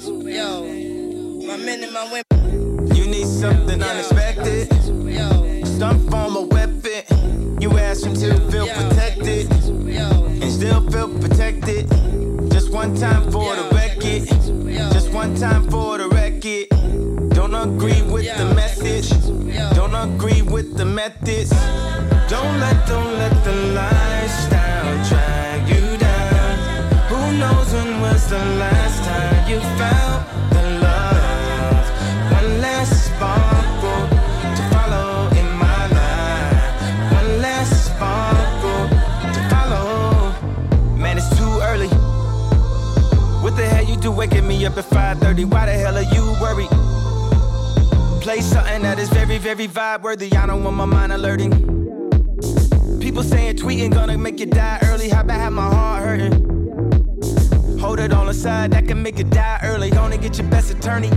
Yo, my men and my women. You need something unexpected. Yo, Some form of weapon. You ask him to feel protected yo, and still feel protected. Just one time for the record. Just one time for the record. Don't agree with the message. Don't agree with the methods. Don't let, don't let the lifestyle drag you down. Who knows when was the last time you found the love? One last sparkle to follow in my life. One last sparkle to follow. Man, it's too early. What the hell you do waking me up at 5:30? Why the hell are you worried? Play something that is very, very vibe worthy. I don't want my mind alerting. People saying tweeting gonna make you die early. How about have my heart hurting? Hold it on the side, that can make you die early. Gonna get your best attorney.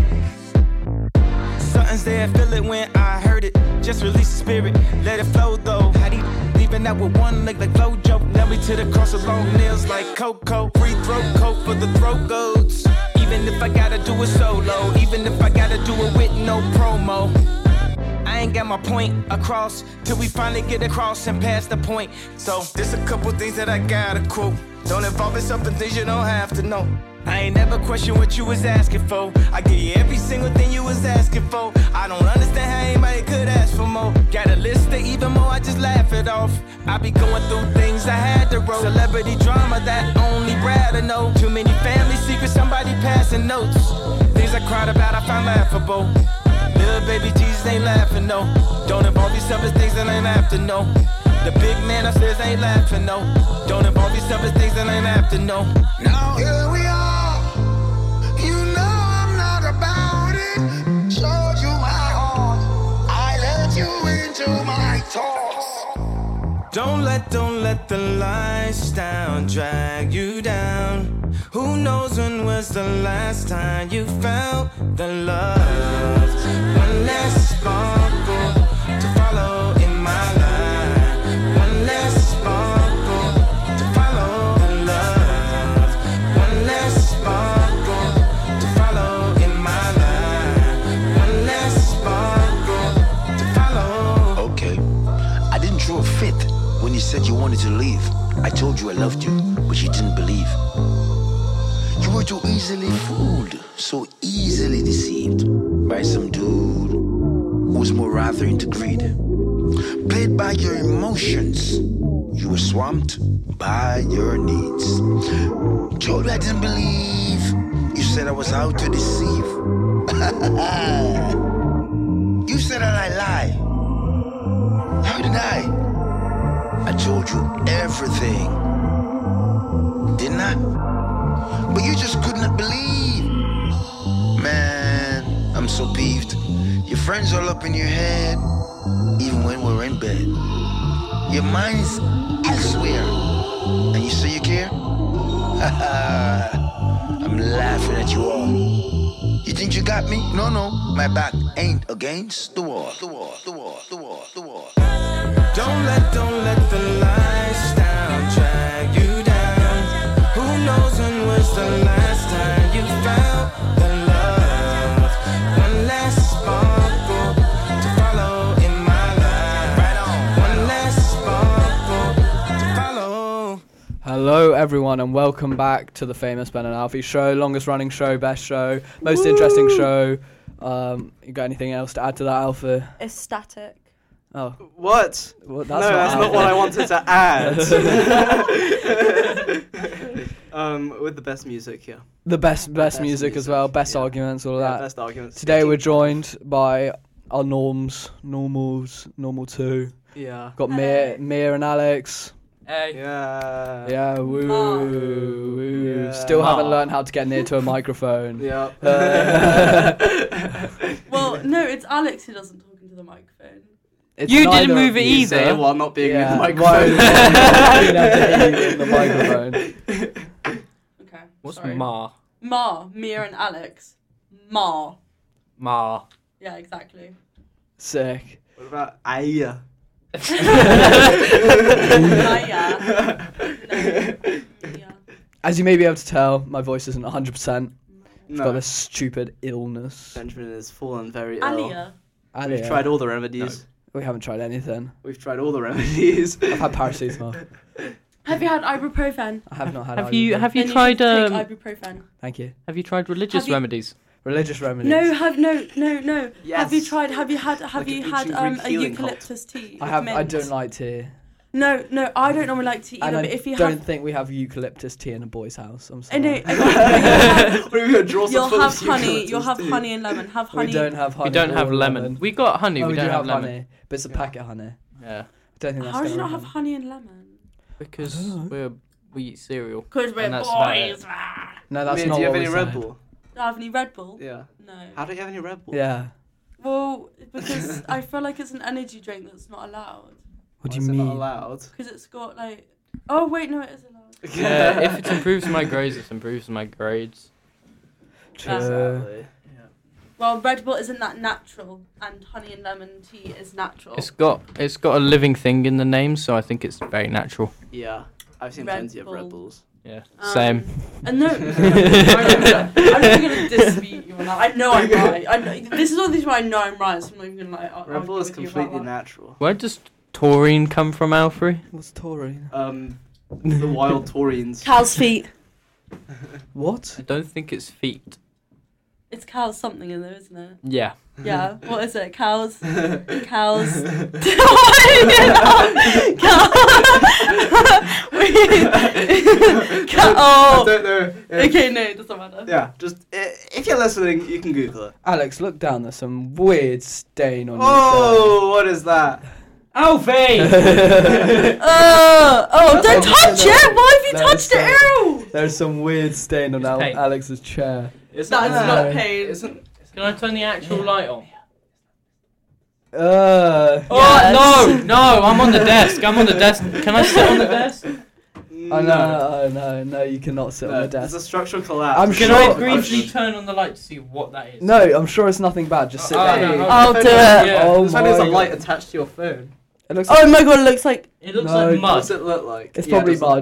Something's there, feel it when I heard it. Just release the spirit, let it flow though. How do you leaving out with one leg like Flojo? Now we to the cross of long nails like Coco. Free throw coat for the throat goats. Even if I gotta do it solo, even if I gotta do it with no promo. I ain't got my point across till we finally get across and pass the point. So there's a couple things that I gotta quote. Don't involve yourself in things you don't have to know. I ain't never question what you was asking for. I give you every single thing you was asking for. I don't understand how anybody could ask for more. Got a list of even more, I just laugh it off. I be going through things I had to roll. Celebrity drama that only Brad to know. Too many family secrets, somebody passing notes. Things I cried about, I found laughable. Little baby Jesus ain't laughing, no. Don't involve yourself in things that ain't after, no. The big man upstairs ain't laughing, no. Don't involve yourself in things that ain't after, no. Now here we are. You know I'm not about it. Showed you my heart. I let you into my thoughts. Don't let, don't let the lifestyle drag you down. Who knows when was the last time you felt the love? One less sparkle to follow in my life. One less sparkle to follow the love. One less sparkle to follow in my life. One less sparkle to follow. Okay. I didn't throw a fit when you said you wanted to leave. I told you I loved you, but you didn't believe. You were too easily fooled, so easily deceived by some dude who was more rather into greed. Played by your emotions, you were swamped by your needs. Told you I didn't believe. You said I was out to deceive. you said that I lie. How did I? I told you everything. Didn't I? But you just could not believe. Man, I'm so peeved. Your friends all up in your head, even when we're in bed. Your mind's elsewhere. And you say you care? I'm laughing at you all. You think you got me? No, no. My back ain't against the wall. The wall, the wall, the wall, the wall. Don't let, don't let the lifestyle drag you down. Who knows when was the last time you found the love? One last sparkle to follow in my life. One last sparkle to follow. Hello, everyone, and welcome back to the famous Ben and Alfie show, longest running show, best show, most interesting show. Um, you got anything else to add to that, Alpha? Ecstatic. Oh, What? well, that's no, that's not what I wanted to add. um, with the best music here. The best, best, Best music, as music, well, best yeah. arguments, all of Yeah, that. best arguments. Uh, Today we're joined by our norms, normals, normal two. Yeah. Got Mir, Mir and Alex. Hey. Yeah. Yeah, woo, Ma. woo. Oh. Yeah. Oh. Still Ma. haven't learned how to get near to a microphone. Yeah. Uh, Well, no, it's Alex who doesn't talk into the microphone. It's You neither didn't of move it you. either. Say it while not being Yeah, in the why- microphone. why you have to be in the microphone? Okay. What's sorry. Ma? Ma, Mia, and Alex. Ma. Ma. Yeah, exactly. Sick. What about Aya? Maya. No. Mia. As you may be able to tell, my voice isn't 100%. He's got this stupid illness. Benjamin has fallen very ill. Alia. We've Alia. tried all the remedies. we haven't tried anything. We've tried all the remedies. I've had paracetamol. Have you had ibuprofen? I have not had. Have you ibuprofen. have you Then tried should um, take ibuprofen? Thank you. have you tried religious Have you- remedies? Religious remedies. No, have no, no, no. Have you Yes. tried? Have you had? Have Like you an had ancient um, Greek a healing cult. eucalyptus tea? I with have. I mint? don't like tea, No, no, I don't normally like tea and either. I But if you don't have, think we have eucalyptus tea in a boy's house. I'm I sorry. know. okay, but what are we gonna draw You'll have, you'll some have full of honey. You'll eucalyptus have tea? honey and lemon. Have honey. We don't have honey. We don't have or lemon. We got honey. Oh, we, don't do have, lemon honey, but it's a packet honey. Yeah, I don't think that's. How do you gonna not have happen. honey and lemon? because I don't we're we eat cereal. Because we're And that's about it. boys. rah. No, that's Mia, not do you have what any we Red said. Bull? Do I have any Red Bull? Yeah. How No. do you have any Red Bull? Yeah. Well, because I feel like it's an energy drink that's not allowed. What Why do you is it mean? Not allowed. Because it's got like. Oh wait, no, it is allowed. yeah, if it improves my grades, it improves my grades. True. Uh, Exactly. Well, Red Bull isn't that natural, and honey and lemon tea is natural. It's got it's got a living thing in the name, so I think it's very natural. Yeah. I've seen Red plenty of Red Bull. Bulls. Yeah, Um, same. And no, I'm not gonna dispute you on that. I know I'm right. I know, this is all this why I know I'm right. So I'm not even gonna like. ar- Red Bull is argue with you about completely that. natural. Where does taurine come from, Alfrey? What's taurine? Um, the wild taurines. Cow's feet. What? I don't think it's feet. It's cow's something in there, isn't it? Yeah. Yeah. Mm-hmm. What is it? Cows. Cows. Cow. Cow. I Oh. don't know. if- Okay. No, it doesn't matter. Yeah, just uh, if you're listening, you can Google it. Alex, look down. There's some weird stain on Oh, what is that? your Alfie! shirt. Oh. Oh. That's Don't what I'm touch saying. it. Why have you That is touched it? Ew. There's some weird stain on It's Al- paint. Alex's chair. It's That is not No. pain. Isn't Can I turn the actual light on? Uh, Oh no, no! I'm on the desk. I'm on the desk. Can I sit on the desk? oh, Mm. no, no, no, no, you cannot sit Uh, on the There's a desk. structural collapse. I'm Can sure- I Shut briefly sh- turn on the light to see what that is? No, I'm sure it's nothing bad. Just sit Oh, there. no, I'll This do one- it. Yeah. Oh This my one is a God. light attached to your phone. It looks Oh my god. It looks like. It looks No. like What does mud. it look like? It's Yeah, probably it does look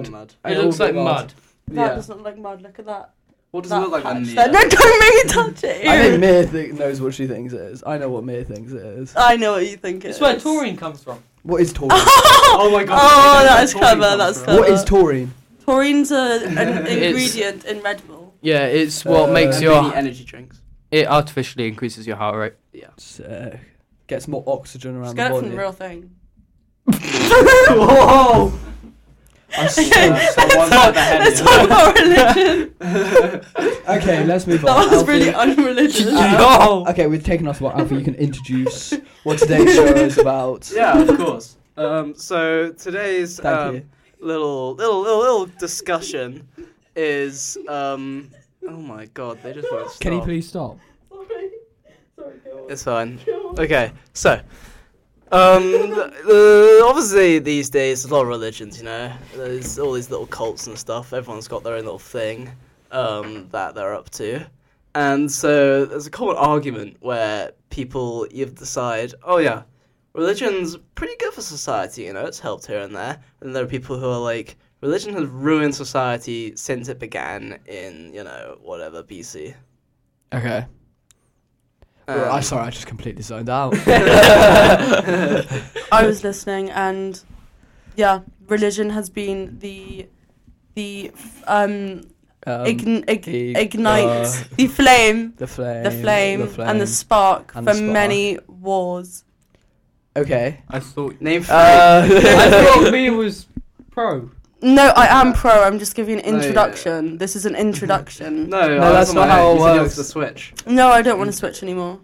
It looks like mud. That Yeah. doesn't look like mud. Look at that. What does it look like patch on me? there. No, don't make me touch it. I think Ew. Mir th- knows what she thinks it is. I know what Mir thinks it is. I know what you think it It's is. where taurine comes from. What is taurine? Oh my god. Oh, that's that where is taurine clever, comes that's from. clever. what is taurine? Taurine's a, an It's- ingredient in Red Bull. Yeah, it's what Uh, makes and your Mini energy drinks. it artificially increases your heart rate. Sick. uh, Gets more oxygen around Just get the it body. from the real thing. Whoa! I'm so- Someone got the head Let's in. talk about religion. okay, let's move on. That was Alfie. really unreligious. No. Okay, we've taken off what Alfie. You can introduce what today's show is about. Yeah, of course. Um, so today's Thank um, you. little little little little discussion is um oh my god they just won't stop. Can you please stop? Sorry. Sorry, go on. It's fine. Go on. Okay, so um th- uh, obviously these days there's a lot of religions, you know. There's all these little cults and stuff. Everyone's got their own little thing um that they're up to. And so there's a common argument where people you decide, oh yeah, religion's pretty good for society, you know, it's helped here and there. And there are people who are like, religion has ruined society since it began in, you know, whatever, BC. Okay. Uh, Um, I sorry, I just completely zoned out. I was listening, and yeah, religion has been the the um, Um, ign- ig- the, ignites uh, the flame, the flame. the flame, and the spark and the for spark. many wars. okay. I thought Name three. I thought me was pro. No, I am pro. I'm just giving an No, yeah. introduction. This is an introduction. no, no. I was that's on my not how own. it You said you works. wanted to switch. I don't want to switch anymore.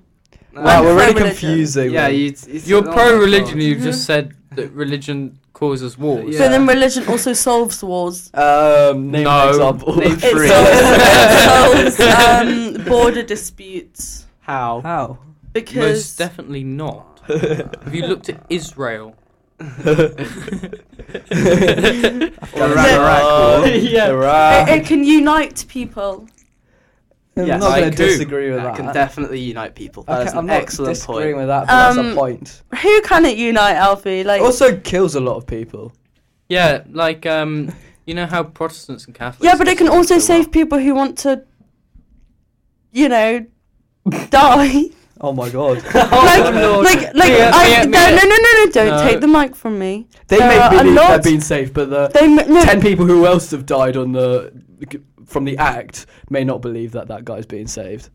No. wow, we're really pro-religion. confusing. yeah, them. you, you You're said- "Oh, pro religion. You've Mhm. just said that religion causes wars. Yeah. So then religion also solves wars. Um, name No. an example. Name It three. solves, it solves um, border disputes How? How? because Most definitely not. Have you looked at Israel? Or Is it- Um, Iraq war. it, it can unite people. I'm Yes, not I going to do. disagree with That that. can definitely unite people. That Okay, is an I'm not excellent disagreeing with point. that, but that's a Um, point. Who can it unite, Alfie? Like, Also kills a lot of people. yeah, like um, you know how Protestants and Catholics. yeah, but it can also so well. save people who want to you know, die. Oh my god. like, like, like, Mia, I, Mia, no, no, Mia. no, no, no, don't No. take the mic from me. They There make are a believe lot- they're being safe, but the They, ma- no, ten people who else have died on the from the act may not believe that that guy's being saved.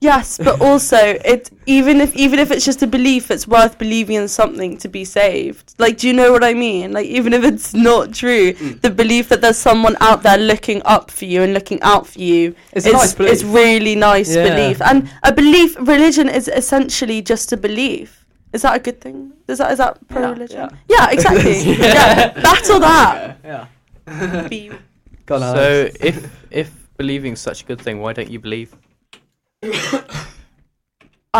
yes, but also it even if even if it's just a belief, it's worth believing in something to be saved. Like, do you know what I mean? Like, even if it's not true, Mm. the belief that there's someone out there looking up for you and looking out for you It's a is nice belief. is really nice Yeah. belief. And a belief, religion is essentially just a belief. Is that a good thing? Is that is that pro religion? Yeah, exactly. Yeah. yeah, battle that. Yeah. Be Go on, Alex. So if if believing is such a good thing, why don't you believe?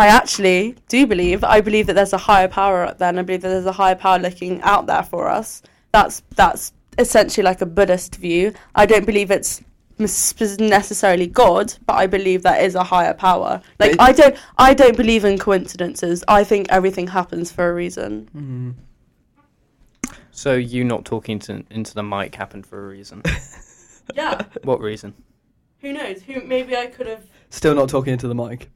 I actually do believe. I believe that there's a higher power out there, and I believe that there's a higher power looking out there for us. That's that's essentially like a Buddhist view. I don't believe it's mis- necessarily God, but I believe that is a higher power. Like it- I don't I don't believe in coincidences. I think everything happens for a reason. So you not talking to, into the mic happened for a reason. Yeah. what reason? Who knows? Who maybe I could have Still not talking into the mic.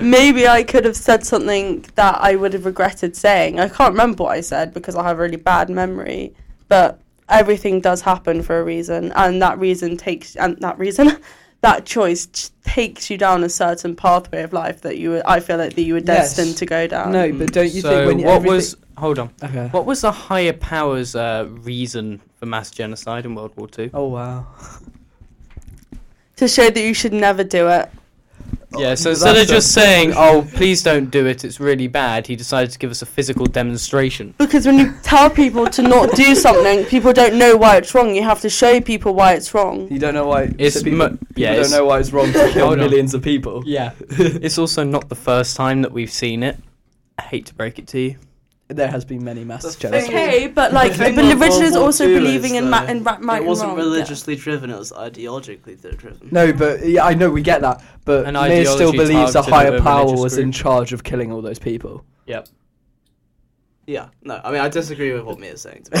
maybe I could have said something that I would have regretted saying. I can't remember what I said because I have a really bad memory, but everything does happen for a reason, and that reason takes and that reason. That choice ch- takes you down a certain pathway of life that you were, I feel like that you were Yes. destined to go down. No, but don't you so think when you- what everything- was? Hold on. Okay. What was the higher powers' uh, reason for mass genocide in World War Two? Oh wow. To show that you should never do it. Yeah, Oh, so instead of that's a- just saying, "Oh, please don't do it; it's really bad," he decided to give us a physical demonstration. Because when you tell people to not do something, people don't know why it's wrong. You have to show people why it's wrong. You don't know why It's so people, mu- people yeah, don't it's- know why it's wrong to kill Hold on. millions of people. Yeah, it's also not the first time that we've seen it. I hate to break it to you. There has been many mass thing genocides. Okay, but like, The thing but with religion World is War also Two believing is in ma- that in ra- right it and wasn't wrong. Yeah. religiously driven; it was ideologically th- driven. No, but yeah, I know we get that, but An Mir still ideology believes a targeted at higher a power religious was in group. charge of killing all those people. Yep. Yeah, no. I mean, I disagree with what Mia's saying. To me. I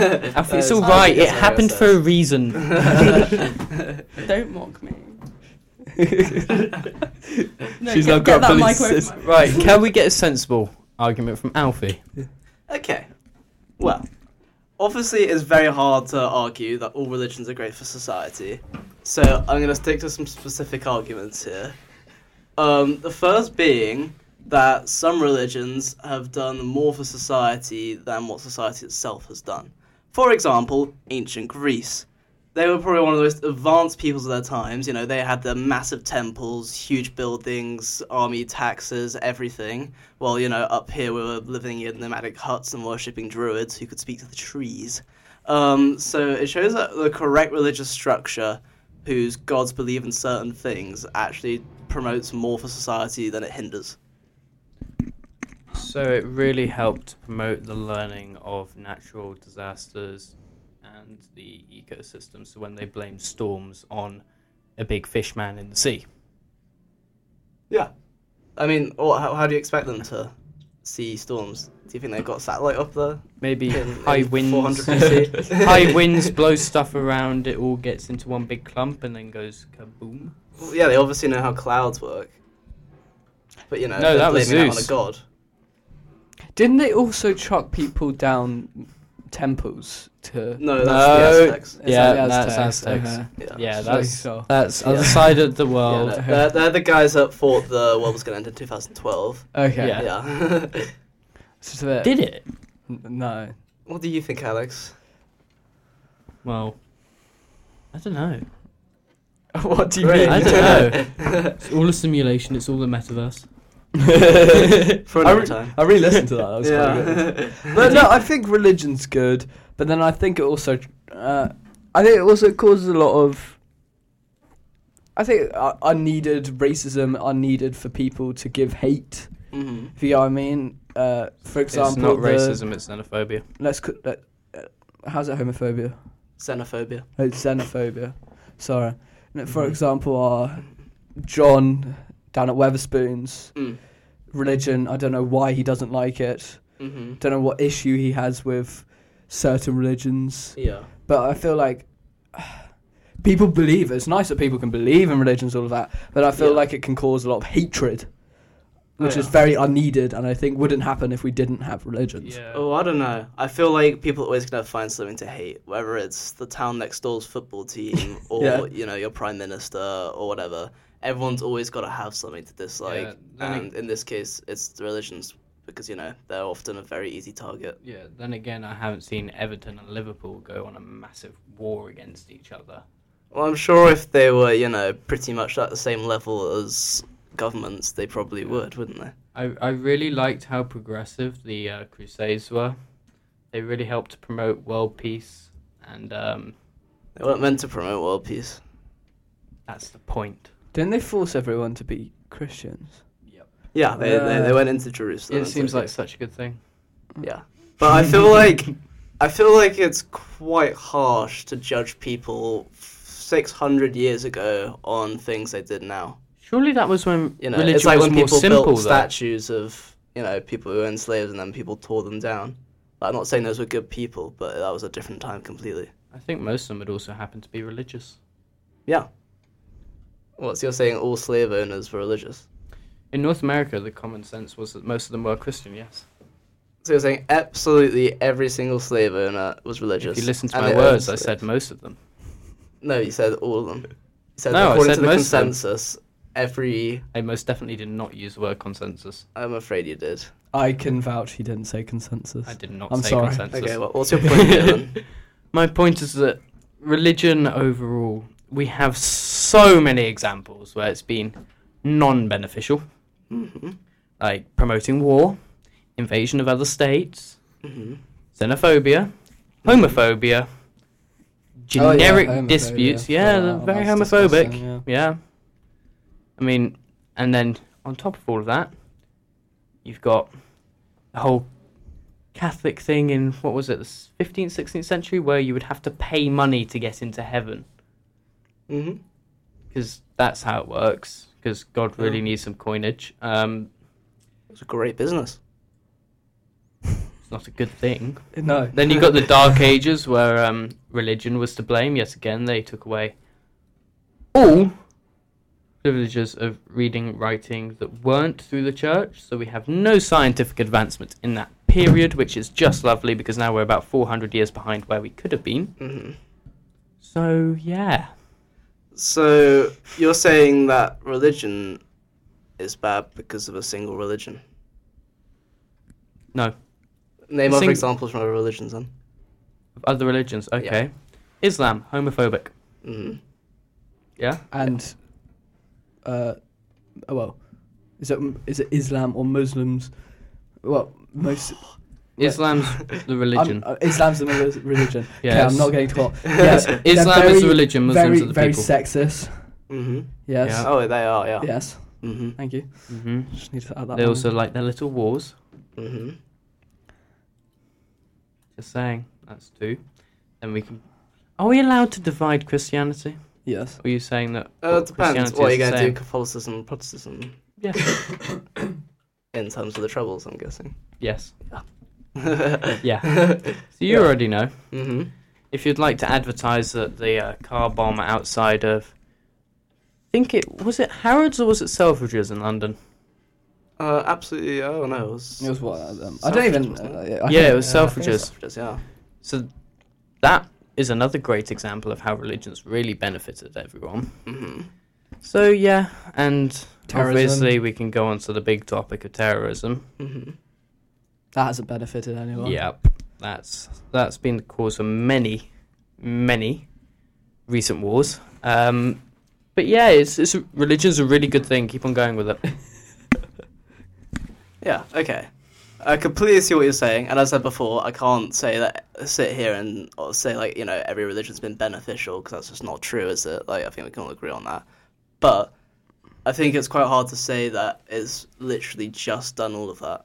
think it's Uh, all right. It yes, I happened guess for a so. reason. Don't mock me. No, She's get- not get got that police microphone. assist- right? Can we get a sensible argument from Alfie? Okay. Well, obviously, it's very hard to argue that all religions are great for society. So I'm going to stick to some specific arguments here. Um, the first being that some religions have done more for society than what society itself has done. For example, ancient Greece. They were probably one of the most advanced peoples of their times. You know, they had their massive temples, huge buildings, army taxes, everything. Well, you know, up here we were living in nomadic huts and worshipping druids who could speak to the trees. Um, so it shows that the correct religious structure, whose gods believe in certain things, actually promotes more for society than it hinders. So it really helped to promote the learning of natural disasters and the ecosystem. So when they blame storms on a big fish man in the sea, Yeah. I mean, or how, how do you expect them to see storms? Do you think they've got satellite up there? maybe In- in high 400 winds, BC? high winds blow stuff around. It all gets into one big clump and then goes kaboom. Well, yeah, they obviously know how clouds work. But you know, No, they're that was blaming Zeus. that on a god. Didn't they also chuck people down temples to? No, that's the No. Aztecs. It's Yeah, like the that's Aztecs. Aztecs. Okay. Yeah. Yeah, Sorry, that's so- that's Yeah. other side of the Yeah, world. no, they're, they're the guys that thought the world was going to end in 2012. Okay. Yeah. Yeah. It's just a bit- Did it? N- No. what do you think, Alex? Well, I don't know. what do you Really? mean? I don't know. It's all a simulation. It's all the metaverse. For I, another re- time. I re-listened to that. That was quite good. But no, I think religion's good. But then I think it also, uh, I think it also causes a lot of, I think uh, unneeded racism, unneeded for people to give hate. hmm If you know what I mean. Uh, for It's example, not the- racism. It's xenophobia. Let's co- let, uh, how's that homophobia? Xenophobia. Oh, xenophobia. Sorry. No, For Mm-hmm. example, our John down at Weatherspoons, Mm. religion. I don't know why he doesn't like it. hmm don't know what issue he has with certain religions, Yeah. but I feel like people believe. It's nice that people can believe in religions, all of that, but I feel Yeah. like it can cause a lot of hatred, which Yeah. is very unneeded, and I think wouldn't happen if we didn't have religions. Yeah. Oh, I don't know. I feel like people are always gonna find something to hate, whether it's the town next door's football team or Yeah. you know your prime minister or whatever. Everyone's always got to have something to dislike, then and in this case, it's the religions because you know they're often a very easy target. Yeah, then again, I haven't seen Everton and Liverpool go on a massive war against each other. Well, I'm sure if they were you know pretty much at the same level as governments, they probably would, wouldn't they? I, I really liked how progressive the uh, Crusades were. They really helped to promote world peace, and um, They weren't meant to promote world peace. that's the point. Didn't they force everyone to be Christians? Yeah, they, they, they Yeah. went into Jerusalem. it and seems took like such a good thing. Yeah. But I feel like I feel like it's quite harsh to judge people 600 years ago on things they did now. Surely that was when You know, religion it's like was when more people simple. built though. statues of, you know, people who were enslaved and then people tore them down. I'm not saying those were good people, but that was a different time completely. I think most of them would also happen to be religious. Yeah. What's you're saying all slave owners were religious? In North America, the common sense was that most of them were Christian. Yes. So you're saying absolutely every single slave owner was religious. If you listen to and my they words, I owned slaves. said most of them. No, you said all of them. You said No, I according said to the most of them. consensus, every. I most definitely did not use the word consensus. I'm afraid you did. I can vouch he didn't say consensus. I did not I'm say sorry. consensus. Okay, well, what's your point, Dylan? My point is that religion overall, we have so many examples where it's been non beneficial, like promoting war, invasion of other states, Mm-hmm. xenophobia, homophobia, Oh, yeah, generic homophobia. disputes. Yeah, Yeah, they're well, very that's homophobic. disgusting, yeah. yeah. I mean, and then on top of all of that, you've got the whole Catholic thing in what was it, the s- 15th, 16th century, where you would have to pay money to get into heaven hmm because that's how it works. Because God really Oh. needs some coinage. Um, It's a great business. it's not a good thing. No. Then you got the Dark Ages, where um, religion was to blame. Yet again, they took away all privileges of reading, writing that weren't through the church. So we have no scientific advancement in that period, which is just lovely because now we're about 400 years behind where we could have been. Mm. Mhm. So yeah, So you're saying that religion is bad because of a single religion? no Name The other sing- examples from other religions, then. of other religions. Okay, Islam homophobic. hmm Yeah, and uh, oh well, is it is it Islam or Muslims? Well, most Islam's the religion. I'm, uh, Islam's the mil- religion. Yeah, Yes. I'm not getting caught. Yes, they're Islam is very- the religion. Muslims very are the very people. sexist. hmm Yes, Yeah. Oh, they are. Yeah. yes. hmm Thank you. hmm Just need to add that. They one. also like their little wars. hmm Just saying, that's two. Then we can. Are we allowed to divide Christianity? yes. Or are you saying that? Uh, all it depends. Christianity What are is you the going to do? same? Catholicism, and Protestantism, Yes. in terms of the troubles, I'm guessing. yes. mm-hmm. Yeah. so you already know. Mm-hmm. If you'd like to advertise that the uh, car bomb outside of, I think it was it Harrods or was it Selfridges in London? Uh, absolutely. Oh no. It was, It was what um, I don't even. Selfridges, wasn't Uh, it? I yeah, think- it was uh, I think Selfridges. Just, yeah. So that is another great example of how religions really benefited everyone. Mm-hmm. So yeah, and Terrorism. obviously we can go on to the big topic of terrorism. Mm-hmm. That hasn't benefited anyone. Yep, that's that's been the cause of many, many recent wars. Um, but yeah, it's, it's religion's a really good thing. Keep on going with it. Yeah, okay. I completely see what you're saying, and as I said before, I can't say that sit here and or say like you know every religion's been beneficial because that's just not true, is it? Like I think we can all agree on that. But I think it's quite hard to say that it's literally just done all of that,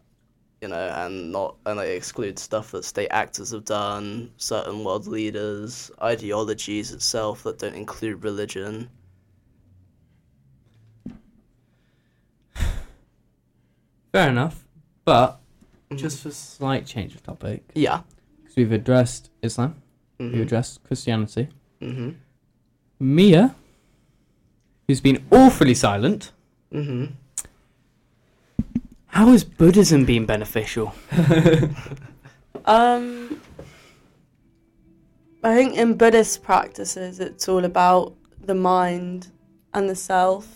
you know, and not and like exclude stuff that state actors have done, certain world leaders, ideologies itself that don't include religion. Fair enough, but just for slight change of topic, Yeah. because we've addressed Islam, Mhm. we've addressed Christianity. Mhm. Mia, who's been awfully silent. Mm-hmm. How has Buddhism been beneficial? Um, I think in Buddhist practices, it's all about the mind and the self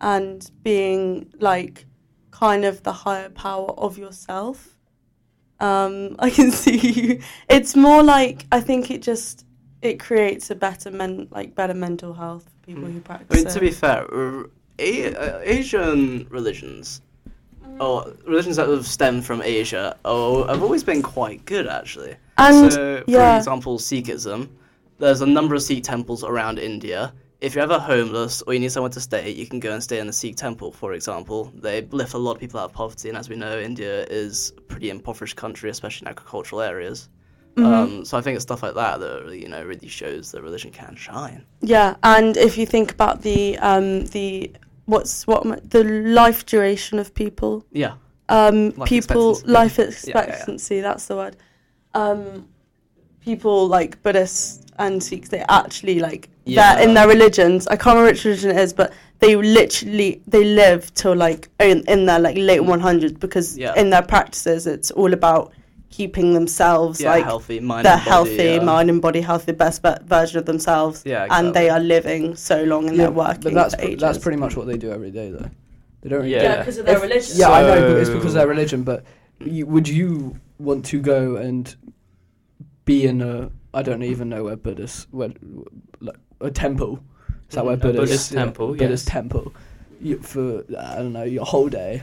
and being like kind of the higher power of yourself. Um, I can see you. It's more like I think it just it creates a better men like better mental health for people who Hmm. I practice. mean, to it. be fair, r- A- uh, Asian religions, or religions that have stemmed from Asia, oh, have always been quite good actually. and so, for yeah. example, Sikhism, there's a number of Sikh temples around India. If you're ever homeless or you need somewhere to stay, you can go and stay in a Sikh temple, for example. They lift a lot of people out of poverty, and as we know, India is a pretty impoverished country, especially in agricultural areas. Mm-hmm. Um, so I think it's stuff like that that you know really shows that religion can shine. Yeah, and if you think about the um the what's what am I- the life duration of people, Yeah. um Life people expectancy. life yeah, yeah. expectancy that's the word. Um, people like Buddhists and Sikhs, they actually like Yeah. they're in their religions. I can't remember which religion it is, but they literally they live till like in, in their like late one hundreds because Yeah. in their practices it's all about keeping themselves yeah, like healthy mind. they're and body, healthy, yeah. mind and body healthy, best ver- version of themselves. Yeah, And they exactly. are living so long and they're working. but that's for pr- ages. that's pretty much what they do every day though. They don't really Yeah. do- Yeah, 'cause of their religion. Yeah, I know, but it's So- because of their religion. But you, would you want to go and be in a? I don't even know where Buddhist, where like a temple. Is that where Mhm, a Buddhist, Buddhist temple, Buddhist yes. temple. You, for I don't know your whole day,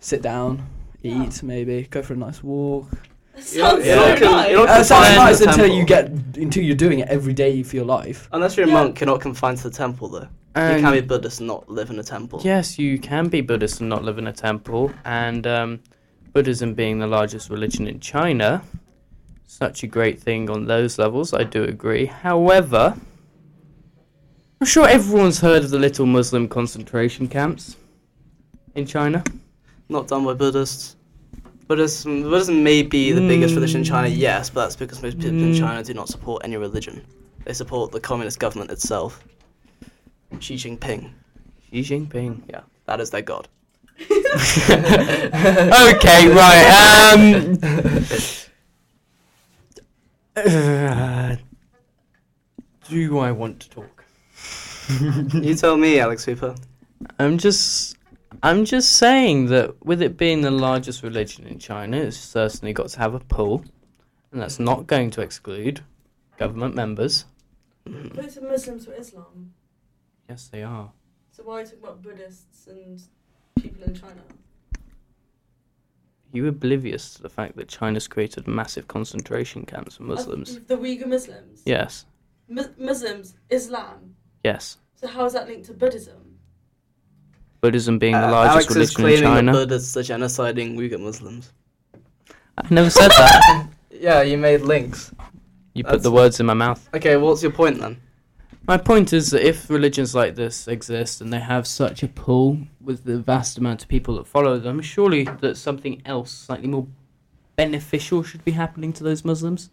sit down, eat maybe, go for a nice walk. Uh, Sounds so nice. You're not That sounds confined nice to the until you get temple. until you're doing it every day for your life. Unless you're a monk, you're not confined to the temple though. you can be Buddhist and not live in a temple. Yes, you can be Buddhist and not live in a temple. And um, Buddhism being the largest religion in China, such a great thing on those levels, I do agree. However, I'm sure everyone's heard of the little Muslim concentration camps in China. Not done by Buddhists. Buddhism, Buddhism may be the biggest religion in China, yes, but that's because most people in Mm. China do not support any religion. They support the communist government itself. Xi Jinping. Xi Jinping. Yeah, that is their god. okay, right. Um, uh, do I want to talk? you tell me, Alex Hooper. I'm just I'm just saying that with it being the largest religion in China, it's certainly got to have a pull, and that's not going to exclude government members. Both are Muslims were Islam. Yes, they are. So why are you talking about Buddhists and people in China? Are you oblivious to the fact that China's created massive concentration camps for Muslims? The Uyghur Muslims. Yes, Mu- Muslims, Islam. yes. So how is that linked to Buddhism? Buddhism being Uh, the largest Alex is religion in claiming China. that Buddhists are genociding Uyghur Muslims. I never said that. Yeah, you made links. you put That's- the words in my mouth. Okay, what's your point then? My point is that if religions like this exist and they have such a pull with the vast amount of people that follow them, surely that something else slightly more beneficial should be happening to those Muslims.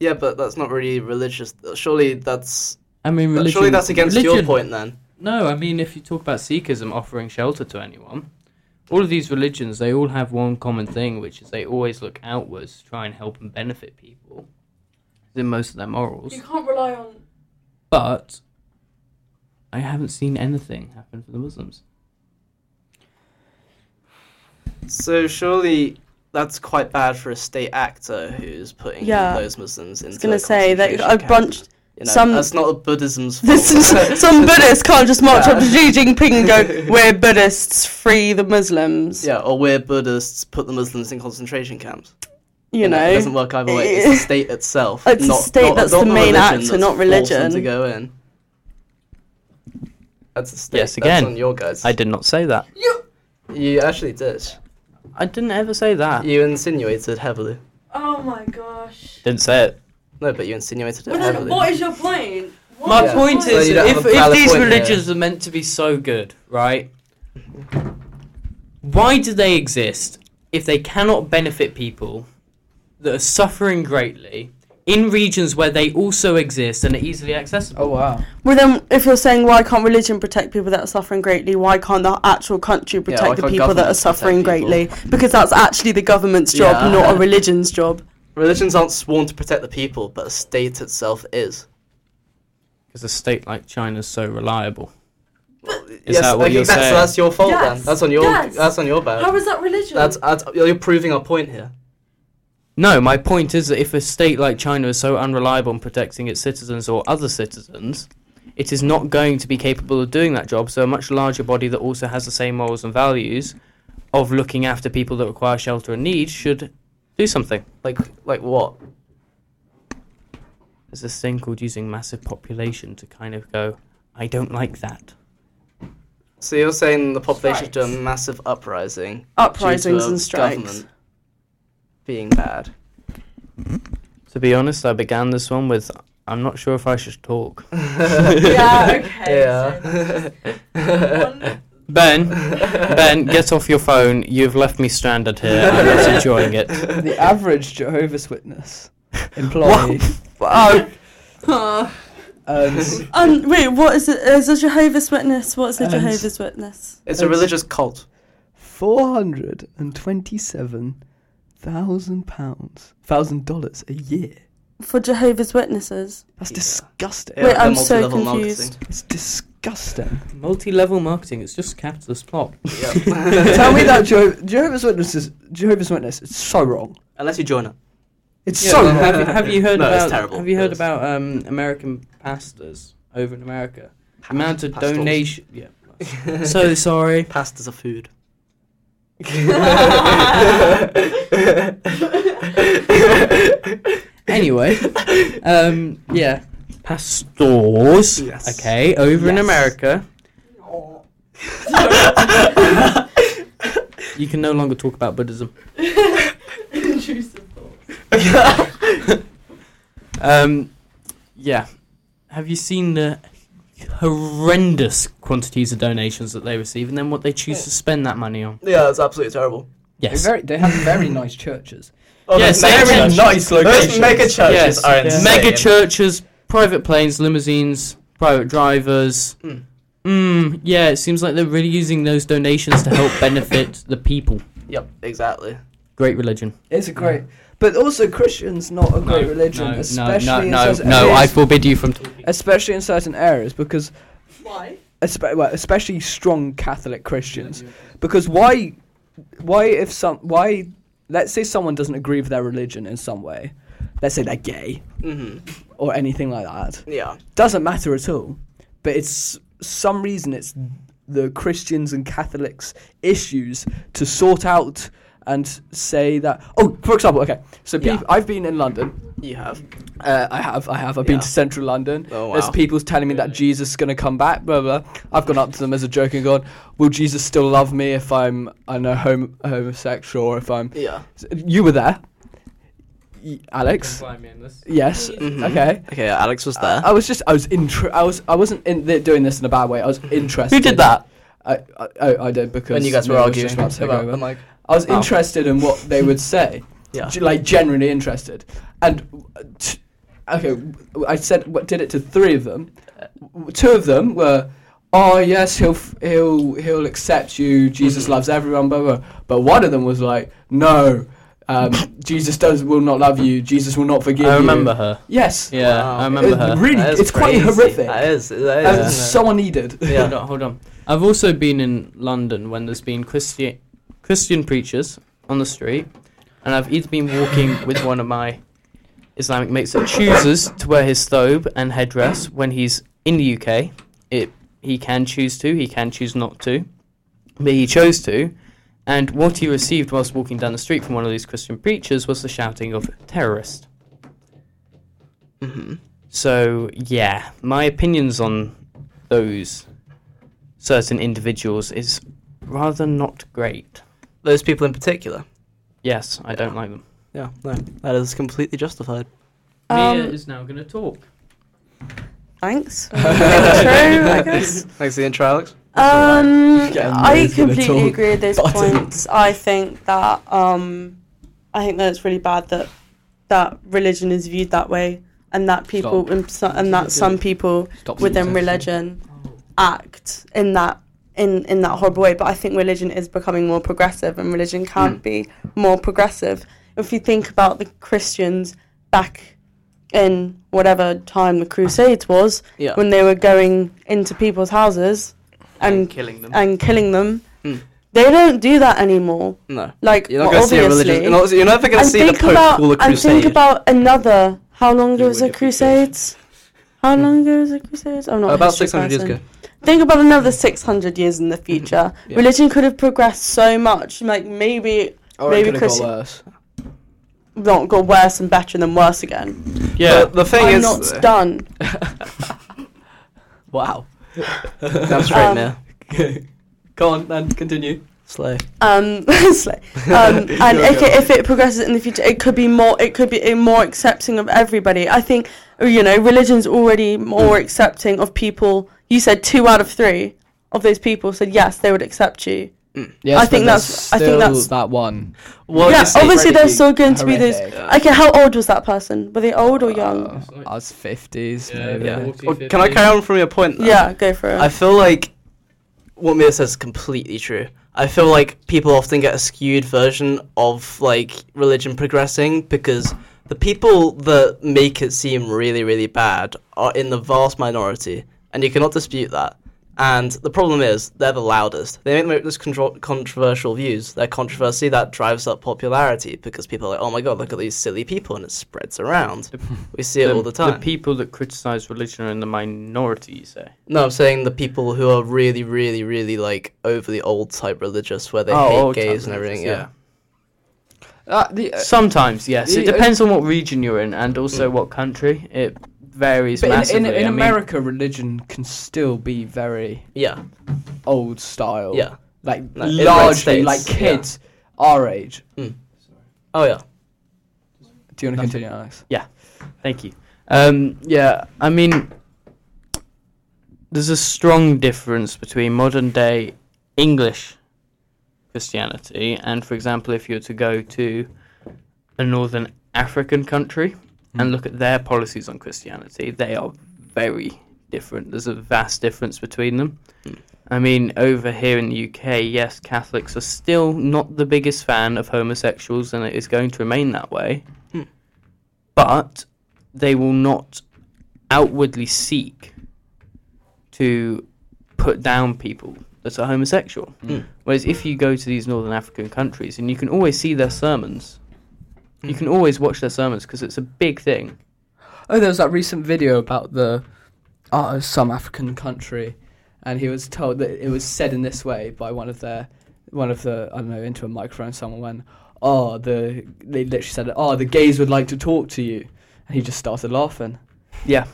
Yeah, but that's not really religious. Surely that's I mean, religion. surely that's against your religion- point then. No, I mean, if you talk about Sikhism offering shelter to anyone, all of these religions they all have one common thing, which is they always look outwards, to try and help and benefit people. It's In most of their morals, You can't rely on but I haven't seen anything happen for the Muslims. So surely that's quite bad for a state actor who's putting Yeah. those Muslims into. I was going to say that concentration I've camp. bunched. You know, some- That's not Buddhism's fault. Some Buddhists can't just march up to Xi Jinping and go, We're Buddhists, free the Muslims. yeah, or we're Buddhists, put the Muslims in concentration camps. You it know? doesn't work either way. It's the state itself. It's the not, state not- that's not the main religion actor, that's not forced them religion. To go in. That's the state. Yes, that's again, on your guys. I did not say that. You actually did. I didn't ever say that. You insinuated heavily. Oh my gosh. Didn't say it. No, but you insinuated it But then heavily. what is your point? What My is your point So is, you don't if, have a valid if these point there. religions are meant to be so good, right? Why do they exist if they cannot benefit people that are suffering greatly in regions where they also exist and are easily accessible. Oh wow. Well, then, if you're saying why can't religion protect people that are suffering greatly, why can't the actual country why protect the can't people that are governments protect suffering people? greatly? Because that's actually the government's job, Yeah. not a religion's job. Religions aren't sworn to protect the people, but the state itself is. Because a state like China's so reliable. Is that what you're that's, saying? That's your fault Yes, then. That's on your. yes. That's on your How bad. is that religion? That's, that's you're proving our point here. No, my point is that if a state like China is so unreliable in protecting its citizens or other citizens, it is not going to be capable of doing that job. So a much larger body that also has the same morals and values of looking after people that require shelter and need should do something. Like like what? There's this thing called using massive population to kind of go, I don't like that. So you're saying the population should do a Strikes. massive uprising. Uprisings due to a and strikes. government Being bad. To be honest, I began this one with, I'm not sure if I should talk. yeah, okay. Yeah. Ben, Ben, get off your phone. You've left me stranded here. I'm not enjoying it. The average Jehovah's Witness employee Oh, earns um, wait, what is it? Is a Jehovah's Witness? What's a And- Jehovah's Witness? It's a religious cult. four hundred and twenty-seven thousand pounds, thousand dollars a year. For Jehovah's Witnesses? That's Yeah. disgusting. Wait, Yeah, I'm the so multi-level confused. It's disgusting. Multi-level marketing. It's just capitalist plot. marketing. Yep. Tell me that Jeho- Jehovah's Witnesses, Jehovah's Witness, it's so wrong. Unless you join it. It's Yeah, so well, wrong. have, you- have you heard No, it's about? terrible. Have you heard Yes. about um, American pastors over in America? The amount of pastors. donation. Yeah. so sorry. Pastas are food. Anyway, um, yeah, pastors. Yes. Okay, over in Yes. America. you can no longer talk about Buddhism. Intrusive thoughts. Um, yeah. Have you seen the horrendous quantities of donations that they receive and then what they choose to spend that money on? Yeah, it's absolutely terrible. Yes. Very, they have very nice churches. Oh, Yes, those they mega have churches. nice Those mega churches yes. are insane. Mega churches, private planes, limousines, private drivers. Mm. Mm. yeah, it seems like they're really using those donations to help benefit the people. Yep, exactly. Great religion. It's a great, but also Christians not a great religion, especially in certain areas, forbid you from. especially in certain areas because, Why? espe- well, especially strong Catholic Christians, because why, why if some why, let's say someone doesn't agree with their religion in some way, let's say they're gay hmm or anything like that, Yeah. doesn't matter at all. But it's some reason it's the Christians and Catholics issues to sort out and say that. Oh, for example, okay. So peop Yeah. I've been in London. You have. Uh, I have, I have. I've been Yeah. to Central London. Oh, There's wow. people telling me that Jesus is gonna come back. Blah blah. I've gone up to them as a joke and gone, "Will Jesus still love me if I'm, I know, hom- homosexual or if I'm?" Yeah. You were there, Y- Alex. Yes. Mhm. Okay. Okay, Alex was there. I was just I was intro I was I wasn't in th- doing this in a bad way. I was interested. Mm-hmm. Who did that? I I, oh, I did because When you guys were Miller was just arguing about about, to take over. the mic. I was Oh. interested in what they would say. Yeah. G- Like generally interested, and uh, t- okay, w- I said what did it to three of them. W- Two of them were. Oh yes, he'll f- he'll he'll accept you. Jesus Mm-hmm. loves everyone, blah blah. But one of them was like, no, um, Jesus does will not love you. Jesus will not forgive you. I remember her. Yes. Yeah, Wow. I remember Uh, her. really, That is it's quite crazy. horrific. That is. That And is. it's isn't it? so unneeded. Hold yeah. on, hold on. I've also been in London when there's been Christian Christian preachers on the street, and I've either been walking with one of my Islamic mates that chooses to wear his thobe and headdress when he's in the UK. It he can choose to, he can choose not to, but he chose to. And what he received whilst walking down the street from one of these Christian preachers was the shouting of terrorist. Mhm. So yeah, my opinions on those certain individuals is rather not great. Those people in particular. Yes, I don't like them. Yeah. No, that is completely justified. Um, is now going to talk. Thanks. True, I guess. Thanks for the intro, Alex. Um, Yeah, I Mary's gonna completely talk agree with those button. points. I think that um, I think that it's really bad that that religion is viewed that way, and that people Stop. and, so, and that some people Stop within suggesting. religion act in that in in that horrible way. But I think religion is becoming more progressive, and religion Mm. can be more progressive. If you think about the Christians back in whatever time the Crusades was, Yeah. when they were going into people's houses and killing them. and killing them, Mm. they don't do that anymore. No. Like You're not well, going to see a obviously. religion. You're, not, you're never going to and see the think Pope about call a and crusade. think about another. How long ago You was the would if you could. Crusades? How long ago was the Crusades? I'm not a Hmm. about history 600 years person. ago. Hmm. Think about another 600 years in the future. Yeah. Religion could have progressed so much. Like maybe Oh, Maybe it could have got Christi- worse. not got worse and better and then worse again. Yeah. But the thing I'm is, uh, not done. Wow. that's Um, right, man. Go on, then continue. Slow. Um, it's like- um, and if it, if it progresses in the future, it could be more. It could be a more accepting of everybody. I think you know religion's already more accepting of people. You said two out of three of those people said yes, they would accept you. Yes, I think but there's that's- I think still that's- that one. Well, yeah, you see, obviously there's still going to be those. Horrific. Okay, how old was that person? Were they old or young? Uh, I was fifties. maybe. Yeah. Forty, Well, can I fifty. carry on from your point? Though? yeah, go for it. I feel like what Mia says is completely true. I feel like people often get a skewed version of like religion progressing because the people that make it seem really, really bad are in the vast minority, and you cannot dispute that. And the problem is, they're the loudest. They make those contro- controversial views. Their controversy that drives up popularity because people are like, "Oh my god, look at these silly people," and it spreads around. We see it all the time. people that criticize religion are in the minority, you say. No, I'm saying the people who are really, really, really like overly old type religious, where they Oh, hate old type gays and everything. religious, Yeah. Uh, the, uh, Sometimes, yes. It Yeah, depends on what region you're in and Mm. also what country. It varies but in, massively. in, in I mean, America, religion can still be very yeah, old style. yeah. Like No, in the largely, States, like yeah. kids our age. Oh yeah. Do you want to continue, Alex? Thank you. Um, yeah, I mean, there's a strong difference between modern day English Christianity and, for example, if you were to go to a northern African country and look at their policies on Christianity, they are very different. There's a vast difference between them. I mean, over here in the UK, yes, Catholics are still not the biggest fan of homosexuals, and it is going to remain that way but they will not outwardly seek to put down people that are homosexual. Hmm. Whereas if you go to these northern African countries and you can always see their sermons, you Hmm. can always watch their sermons because it's a big thing. Oh, there was that recent video about the uh, some African country, and he was told that it was said in this way by one of their one of the I don't know into a microphone. Someone went, "Oh, the they literally said, oh, the gays would like to talk to you," and he just started laughing. Yeah,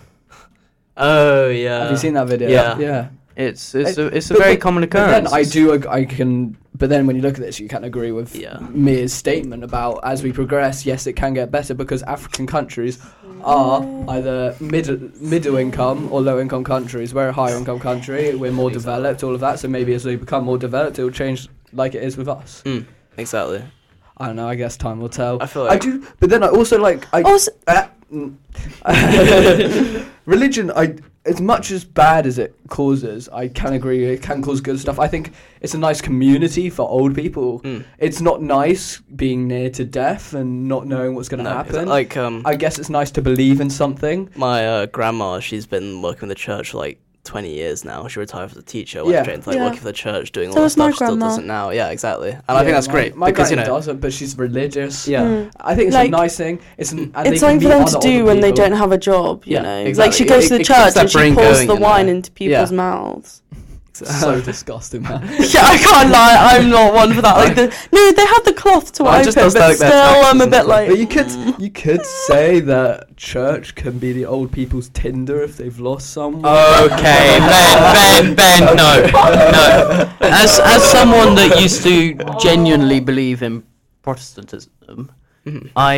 Oh yeah. Have you seen that video? yeah. yeah. it's it's I- a it's a but- very but- common But occurrence. then I do ag- I can. But then when you look at this, you can agree with Yeah. Mia's statement about as we progress, yes, it can get better because African countries are either middle middle income or low income countries. We're a higher income country. We're more developed. All of that. So maybe as we become more developed, it will change like it is with us. Mm, exactly. I don't know. I guess time will tell. I feel like- I do. But then I also like I also, uh, mm. religion i as much as bad as it causes i can agree it can cause good stuff i think it's a nice community for old people Mm. it's not nice being near to death and not knowing what's going to No, it's happen Like um, i guess it's nice to believe in something my uh, grandma, she's been working in the church for like 20 years now. She retired as a teacher. Went Yeah. trained to like Yeah. working for the church, doing So all that is my stuff. Still grandma. does it now. Yeah, exactly. And I Yeah, think that's my- great my because you granny know. doesn't but she's religious Yeah. Mm. i think it's Like, a nice thing it's, an, and it's they can something for meet them to other older do when they people. don't have a job. You Yeah, know, exactly. like she It- goes to it- the it keeps church their and she brain pours going the in wine there. into people's Yeah. mouths. so disgusting man yeah, I can't lie. I'm not one for that. Like the no, they have the cloth to Well, I wipe just it, but don't like still, their I'm a taxes bit and- like. But you could you could say that church can be the old people's Tinder if they've lost someone. Okay, Ben, Ben, Ben, no, no. As as someone that used to genuinely believe in Protestantism, Hmm. I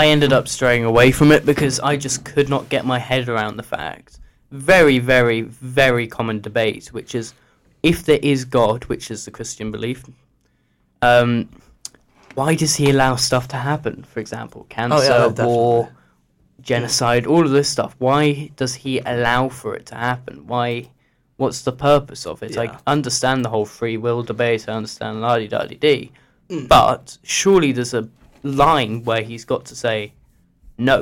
I ended up straying away from it because I just could not get my head around the fact. Very, very, very common debate, which is if there is God, which is the Christian belief, um, why does he allow stuff to happen? For example, cancer, no, definitely. war, genocide, all of this stuff. Why does he allow for it to happen? Why? What's the purpose of it? Yeah. I understand the whole free will debate. I understand la di da di dee, Mm. but surely there's a line where he's got to say no.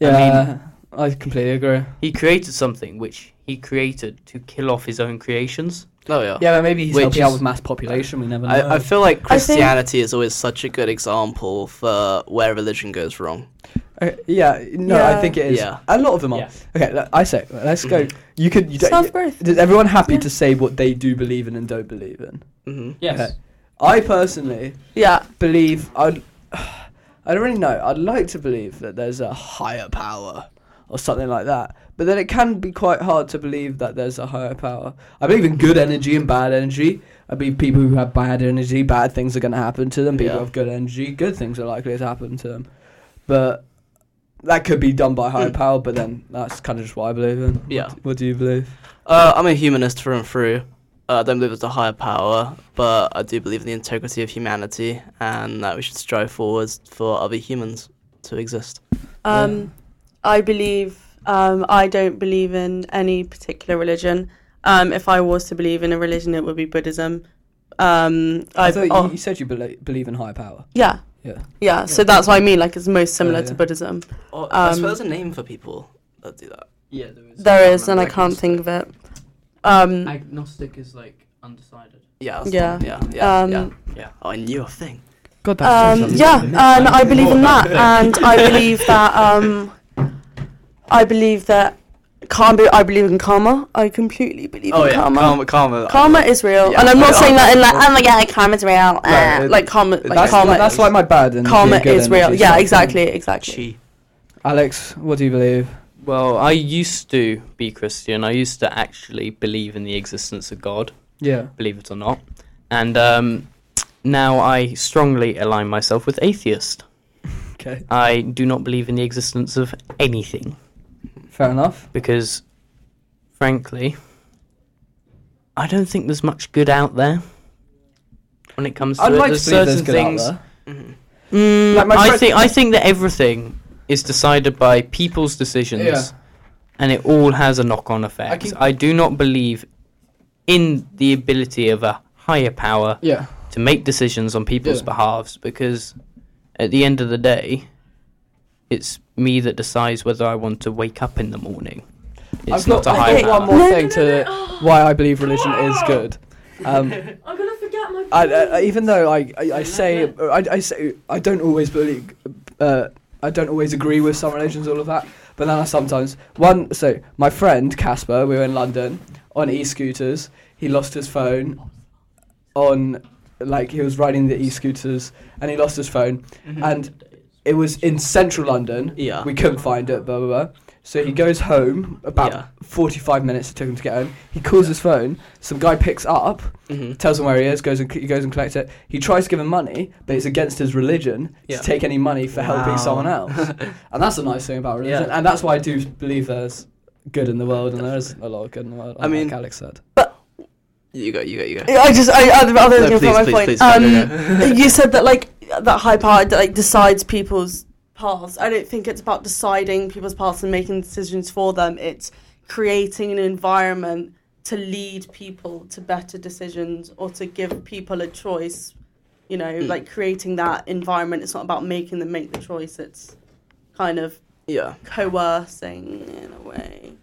Yeah, I, completely agree. He created something which he created to kill off his own creations. Oh yeah. Yeah, but maybe he's Which helping out is- with mass population. We never know. I, I feel like I think- Christianity is always such a good example for where religion goes wrong. Okay, yeah, no, I Yeah. think it is. Yeah. A lot of them are. Yeah. Okay, le- I say, let's go. You could. You don't, Self-growth. Is everyone happy Yeah. to say what they do believe in and don't believe in? Mm-hmm. Okay. I personally Yeah. believe I. I don't really know. I'd like to believe that there's a higher power or something like that, but then it can be quite hard to believe that there's a higher power. I believe in good energy and bad energy. I believe people who have bad energy, bad things are going to happen to them. People who Yeah. have good energy, good things are likely to happen to them. But that could be done by Mm. higher power. But then that's kind of just what I believe in. What- Yeah. What, do you believe? Uh, I'm a humanist through and through. Uh, I don't believe it's a higher power, but I do believe in the integrity of humanity and that we should strive forwards for other humans to exist. Um, I believe. Um, I don't believe in any particular religion. Um, if I was to believe in a religion, it would be Buddhism. Um, I I've, thought you- oh, you said you believe, believe in higher power. yeah, Yeah. yeah. So that's what I mean. Like, it's most similar yeah. to Buddhism. Or, Um, Oh, I suppose there's a name for people that do that. Yeah, there is. There is, and I can't think of it. Um, Agnostic is like undecided. Yeah. that's the Yeah. one. Yeah. Yeah. Um, yeah. Yeah. Oh, I knew a thing. God, um, yeah, and I believe in that, and I believe that. Um, I believe that. Can't be, I believe in karma. I completely believe Oh in yeah. karma. Karma. Karma. Karma is real, Yeah, and I'm not I- saying I- that in like, oh my god, karma's real. Uh, it- like karma, like that's, karma, that's why my bad and karma good is real. energy Yeah, stuff. exactly, exactly. Chi. Alex, what do you believe? Well, I used to be Christian. I used to actually believe in the existence of God, Yeah. believe it or not. And um, now I strongly align myself with atheist. Okay. I do not believe in the existence of anything Fair enough. because, frankly, I don't think there's much good out there. When it comes to I'd it, like to there's believe there's certain good things. out Mm, Like my I friend- think I think that everything is decided by people's decisions, Yeah. and it all has a knock-on effect. I, keep- do not believe in the ability of a higher power there. Yeah. to make decisions on people's Yeah. behalves, because at the end of the day, it's me that decides whether I want to wake up in the morning. It's I've got, not a I've higher got power. one more No, no, thing no, no. to why I believe religion is good. Um, I'm gonna forget my. I, I, I- phone. even though I, I, I say I, I say I don't always believe uh, I don't always agree with some religions all of that, but then I sometimes one so my friend Casper we were in London on e-scooters he lost his phone on like he was riding the e-scooters and he lost his phone and it was in central London Yeah. we couldn't find it blah blah blah so he goes home about Yeah. 45 minutes it took him to get home he calls his phone some guy picks up Mhm. tells him where he is, goes and he goes and collects it. He tries to give him money, but it's against his religion Yeah. to take any money for helping Wow. someone else. and that's a nice thing about religion. Yeah. And that's why I do believe there's good in the world, and there is a lot of good in the world. I mean- like Alex said, You go. You go. You go. I just, I, I, I was No, going to please, put my please, point. please, go, um, you said that like that high power that, like decides people's paths. I don't think it's about deciding people's paths and making decisions for them. It's creating an environment to lead people to better decisions or to give people a choice. You know, Mm. like creating that environment. It's not about making them make the choice. It's kind of Yeah. coercing in a way.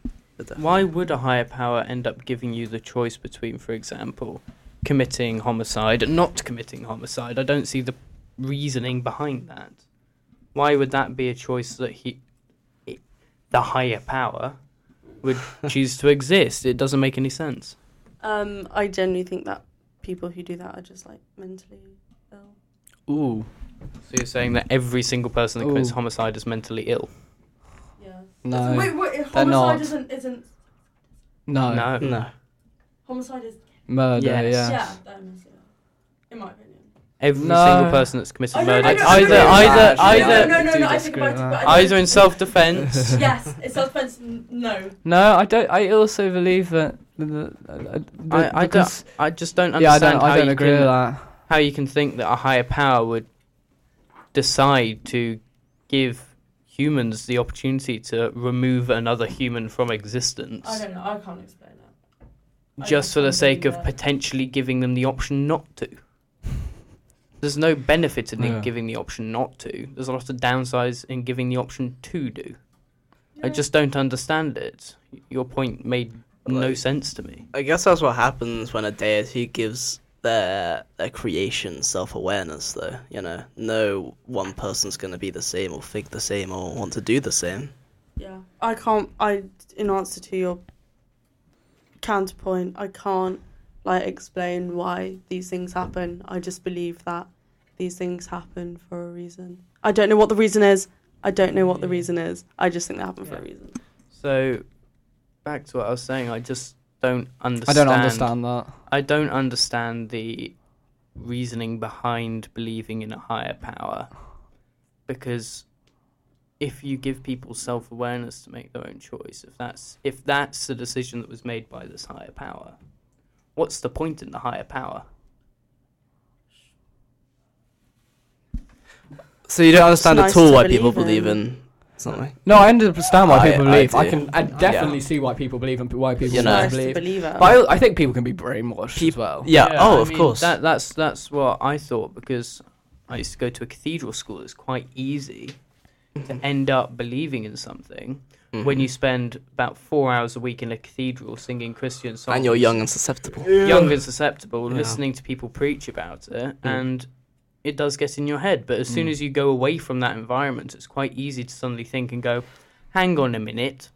Why would a higher power end up giving you the choice between, for example, committing homicide and not committing homicide? I don't see the reasoning behind that. Why would that be a choice that he, i- the higher power, would choose to exist? It doesn't make any sense. Um, I generally think that people who do that are just like mentally ill. Ooh. So you're saying that every single person that commits Ooh. homicide is mentally ill? Yeah. no, Wait, wait. they're Homicide not. isn't isn't no, Hmm. No. No. homicide is murder. Yes. Yeah. yeah. That is, yeah. In my opinion. Every No. single person that's committed Oh, no, no, murder, no, no, no, either, no, no, either, no, either, No, no, no, Do no. I disagree think about it. with but I either don't- in self-defense. Yes, in self-defense. n- No. No, I don't. I also believe that. The, I, I, don't, I just don't yeah, I understand don't. I how don't you agree can with that. how you can think that a higher power would decide to give humans the opportunity to remove another human from existence I don't know. I can't explain that. I just for the can't sake believe of that. potentially giving them the option not to. There's no benefit in Yeah. giving the option not to. There's a lot of downsides in giving the option to do. I just don't understand it. Your point made no Like- sense to me. I guess that's what happens when a deity gives their their creation self awareness, though. You know, no one person's going to be the same or think the same or want to do the same. yeah. I can't. I in answer to your counterpoint, I can't like explain why these things happen. I just believe that these things happen for a reason. I don't know what the reason is. I don't know what the reason is. I just think they happen for a Yeah. reason. So, back to what I was saying, I just don't I understand. don't understand that. I don't understand the reasoning behind believing in a higher power because if you give people self-awareness to make their own choice if that's if that's the decision that was made by this higher power what's the point in the higher power So you don't understand nice at all to why people believe believe in. in something. No, I understand why I- people I believe. I, do. can. I definitely see why people believe and why people You know. don't Nice to believe. believe it. But I, I think people can be brainwashed as well. Yeah. oh, I of mean, course. That, that's that's what I thought because I used to go to a cathedral school. It's quite easy to end up believing in something Mm. Mm-hmm. when you spend about four hours a week in a cathedral singing Christian songs and you're young and susceptible. young and susceptible, Yeah. listening to people preach about it, and it does get in your head. But as Mm. soon as you go away from that environment, it's quite easy to suddenly think and go, hang on a minute.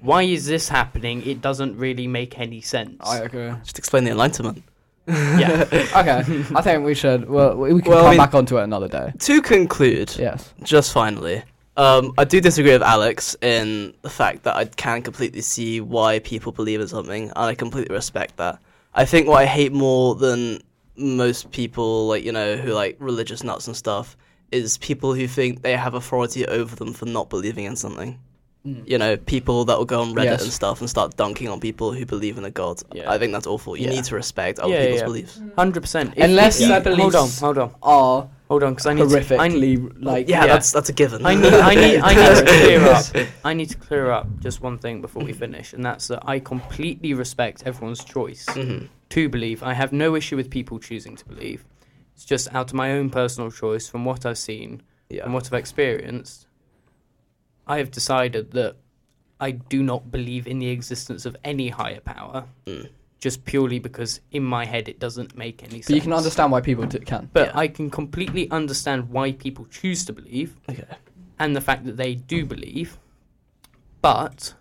Why is this happening? It doesn't really make any sense. I agree. Just explain the Enlightenment. yeah. okay, I think we should. Well, we we can Well, I come mean- back onto it another day. To conclude, Yes. just finally, um, I do disagree with Alex in the fact that I can completely see why people believe in something, and I completely respect that. I think what I hate more than most people, like you know, who like religious nuts and stuff, is people who think they have authority over them for not believing in something. Mm. You know, people that will go on Reddit Yes. and stuff and start dunking on people who believe in a god. Yeah. I think that's awful. You Yeah. need to respect other Yeah, people's yeah. beliefs. Hundred percent. Unless you, their hold on, beliefs- hold on, Are hold on, because I need to, I need, horrifically like Yeah, Yeah. that's that's a given. I need, I need, I need to clear up. I need to clear up just one thing before we finish, and that's that I completely respect everyone's choice Mm-hmm. to believe. I have no issue with people choosing to believe. It's just out of my own personal choice, from what I've seen Yeah. and what I've experienced, I have decided that I do not believe in the existence of any higher power, Hmm. just purely because in my head it doesn't make any sense. But you can understand why people do, can. But Yeah. I can completely understand why people choose to believe Okay. and the fact that they do believe, but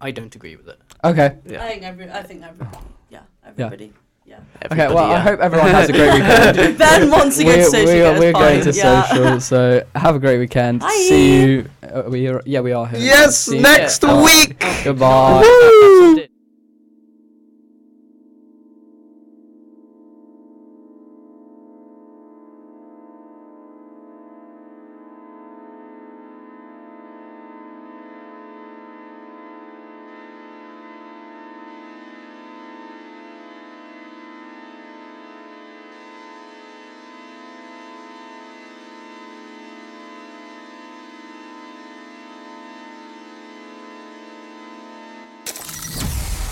I don't agree with it. Okay. Yeah. I think every. I think everybody. Yeah. Everybody. Yeah. Okay. Everybody, Well, I yeah. hope everyone has a great weekend. Ben wants to go to We're- social. we are, we're going to yeah. social, so have a great weekend. Bye. See you. Uh, we are, yeah, we are here. Yes, See you. next Uh, week. Goodbye.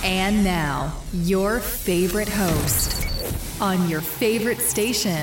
And now, your favorite host on your favorite station,